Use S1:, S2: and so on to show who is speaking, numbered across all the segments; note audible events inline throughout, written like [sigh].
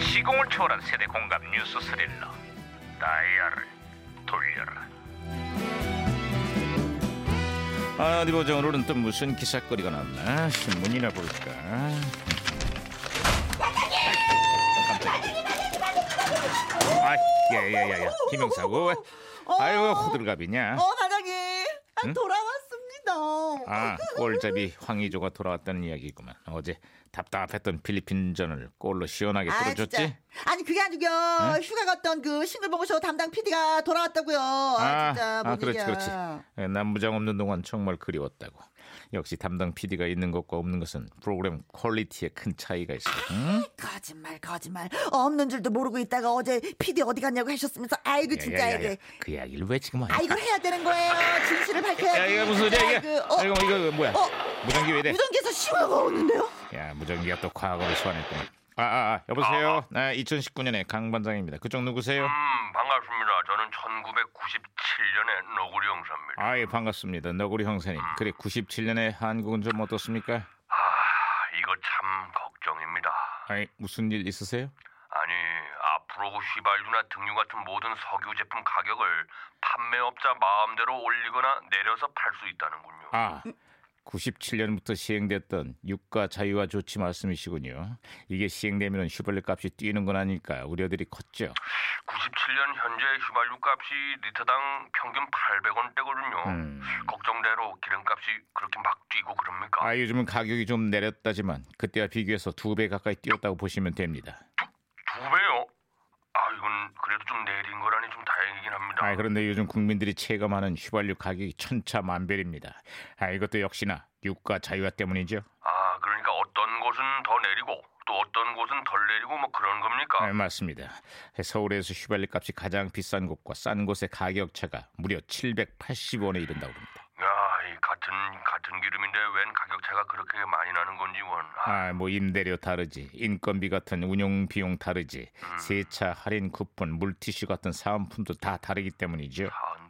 S1: 시공을 초월한 세대 공감 뉴스 스릴러 다이아를 돌려라 아, 어디 보자 오늘은 또 무슨 기사거리가 났나 신문이나 볼까 아, 야야야야 김영사고
S2: 어.
S1: 아이고 호들갑이냐
S2: 어, 반장님. 아, 돌아왔습니다.
S1: 아 꼴잡이 황의조가 돌아왔다는 이야기구만 어제 답답했던 필리핀전을 골로 시원하게
S2: 아,
S1: 끌어줬지
S2: 진짜. 아니, 그게 아니고요. 휴가 갔던 그 싱글벙쇼 담당 PD가 돌아왔다고요. 아, 진짜. 뭔
S1: 그렇지,
S2: 일이야.
S1: 그렇지. 예, 남부장 없는 동안 정말 그리웠다고. 역시 담당 PD가 있는 것과 없는 것은 프로그램 퀄리티에 큰 차이가 있어.
S2: 아,
S1: 응?
S2: 거짓말, 거짓말. 없는 줄도 모르고 있다가 어제 PD 어디 갔냐고 하셨으면서 아이고, 진짜
S1: 야, 야, 야, 야.
S2: 아이고.
S1: 그 이야기를 왜 지금 하냐?
S2: 아, 이걸 해야 되는 거예요. 진실을 밝혀야
S1: 야, 이거 무슨 소리야, 이게?
S2: 어.
S1: 아이고, 이거 뭐야? 무전기 왜 이래?
S2: 무전기에서 신호가 오는데요?
S1: 야, 무전기가 또 과거를 소환했구만. 아, 아, 아, 여보세요. 아, 2019년에 강 반장입니다. 그쪽 누구세요?
S3: 음, 반갑습니다. 저는 1997년의 너구리 형사입니다.
S1: 아예 반갑습니다. 너구리 형사님. 그래, 97년에 한국은 좀 어떻습니까?
S3: 아, 이거 참 걱정입니다.
S1: 아이, 무슨 일 있으세요?
S3: 아니, 앞으로 그 휘발유나 등유 같은 모든 석유 제품 가격을 판매업자 마음대로 올리거나 내려서 팔 수 있다는군요.
S1: 아, 97년부터 시행됐던 유가 자유화 조치 말씀이시군요. 이게 시행되면 휘발유 값이 뛰는 건 아닐까 우려들이 컸죠.
S3: 97년 현재 휘발유 값이 리터당 평균 800원대거든요. 걱정대로 기름값이 그렇게 막 뛰고 그럽니까?
S1: 음. 아, 요즘은 가격이 좀 내렸다지만 그때와 비교해서 두 배 가까이 뛰었다고 보시면 됩니다.
S3: 두 배요? 아, 이건 그래도 좀 내린 거라니 좀 다행이긴 합니다.
S1: 아, 그런데 요즘 국민들이 체감하는 휘발유 가격이 천차만별입니다. 아, 이것도 역시나 유가 자유화 때문이죠.
S3: 아, 그러니까 어떤 곳은 더 내리고 또 어떤 곳은 덜 내리고 뭐 그런 겁니까?
S1: 아, 맞습니다. 서울에서 휘발유 값이 가장 비싼 곳과 싼 곳의 가격 차가 무려 780원에 이른다고 합니다.
S3: 야, 이 같은 같은 기름인데 웬 가격 차가 그렇게 많이 나는 건지 원. 아,
S1: 아, 뭐 임대료 다르지, 인건비 같은 운영 비용 다르지,
S2: 음.
S1: 세차 할인 쿠폰, 물티슈 같은 사은품도 다 다르기 때문이죠.
S3: 반품.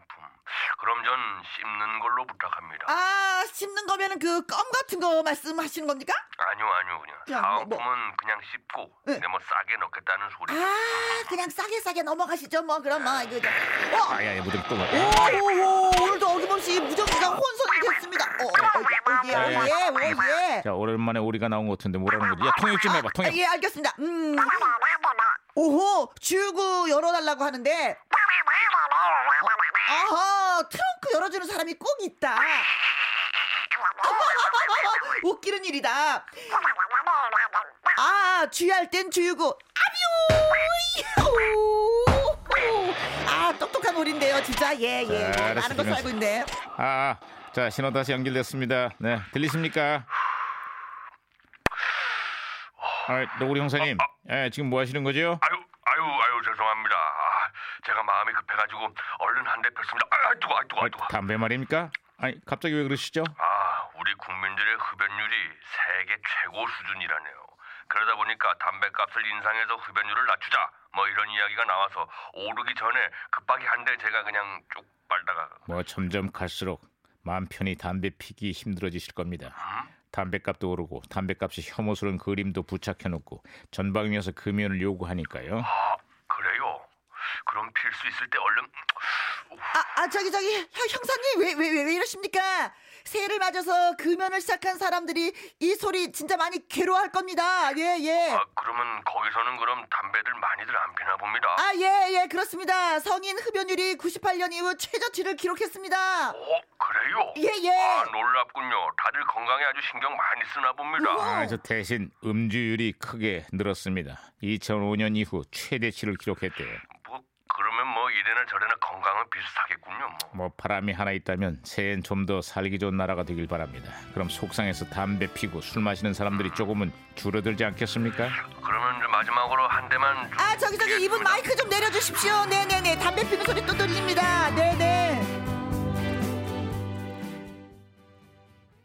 S3: 그럼 전 씹는 걸로 부탁합니다.
S2: 아, 씹는 거면은 그 껌 같은 거 말씀하시는 겁니까?
S3: 아니요, 아니요, 그냥
S2: 야, 뭐, 뭐.
S3: 사은품은 그냥 씹고
S2: 네.
S3: 근데 뭐 싸게 넣겠다는 소리.
S2: 아, 그냥 싸게 싸게 넘어가시죠. 뭐, 그럼 뭐, 이거. 저- 어!
S1: 아야, 무등 또 봐.
S2: 오오오 오늘도 어김없이 무정기가 혼선이 됐습니다. 어, 어, 어, 어, 예, 오, 예.
S1: 자, 오랜만에 오리가 나온 것 같은데 뭐라는 거지? 야, 통역 좀 해봐,
S2: 아,
S1: 통역.
S2: 예, 알겠습니다. 음. 오호, 주구 열어달라고 하는데. 아하, 트렁크 열어주는 사람이 꼭 있다. [laughs] 웃기는 일이다. 아, 주의할 땐 주유구. [laughs] 아비오! 야오! 아, 똑똑한 오리인데요, 진짜. 예, 예.
S1: 자, 알았어,
S2: 많은 것을
S1: 김현수.
S2: 알고 있네.
S1: 아, 아, 자, 신호 다시 연결됐습니다. 네, 들리십니까? 아, 노구리 형사님,
S2: 어,
S1: 예, 지금 뭐 하시는 거죠?
S3: 아유, 아유, 아유, 죄송합니다. 아, 제가 마음이 급해가지고 얼른 한 대 폈습니다. 아, 뜨거, 아, 뜨거,
S2: 뭐.
S3: 아, 뜨거.
S1: 아, 담배 말입니까? 아니, 갑자기 왜 그러시죠?
S3: 아, 우리 국민들의 흡연율이 세계 최고 수준이라네요. 그러다 보니까 담배값을 인상해서 흡연율을 낮추자 뭐 이런 이야기가 나와서 오르기 전에 급하게 한 대 제가 그냥 쭉 빨다가
S1: 뭐 점점 갈수록 마음 편히 담배 피기 힘들어지실 겁니다. 담배값도 오르고 담배값이 혐오스러운 그림도 부착해놓고 전방위에서 금연을 요구하니까요.
S3: 아 그래요? 그럼 필 수 있을 때 얼른
S2: 아, 아 저기 저기 형- 형사님 왜 왜 왜 이러십니까? 새해를 맞아서 금연을 시작한 사람들이 이 소리 진짜 많이 괴로워할 겁니다. 예 예.
S3: 아 그러면 거기서는 그럼 담배들 많이들 안 피나 봅니다.
S2: 아 예 예 그렇습니다. 성인 흡연율이 98년 이후 최저치를 기록했습니다.
S3: 오 어, 그래요?
S2: 예, 예.
S3: 아 놀랍군요. 다들 건강에 아주 신경 많이 쓰나 봅니다.
S2: 우와.
S1: 아, 저 대신 음주율이 크게 늘었습니다. 2005년 이후 최대치를 기록했대요.
S3: 뭐 그러면 뭐 이래나 저래나 건강은 비슷하겠군요. 뭐.
S1: 뭐 바람이 하나 있다면 새해엔 좀 더 살기 좋은 나라가 되길 바랍니다. 그럼 속상해서 담배 피고 술 마시는 사람들이 조금은 줄어들지 않겠습니까?
S3: 그러면 이제 마지막으로 한 대만 좀
S2: 아 저기 저기 이분
S3: 드리겠습니다.
S2: 네, 마이크 좀 내려주십시오. 네네네 담배 피는 소리 또 들립니다. 네네.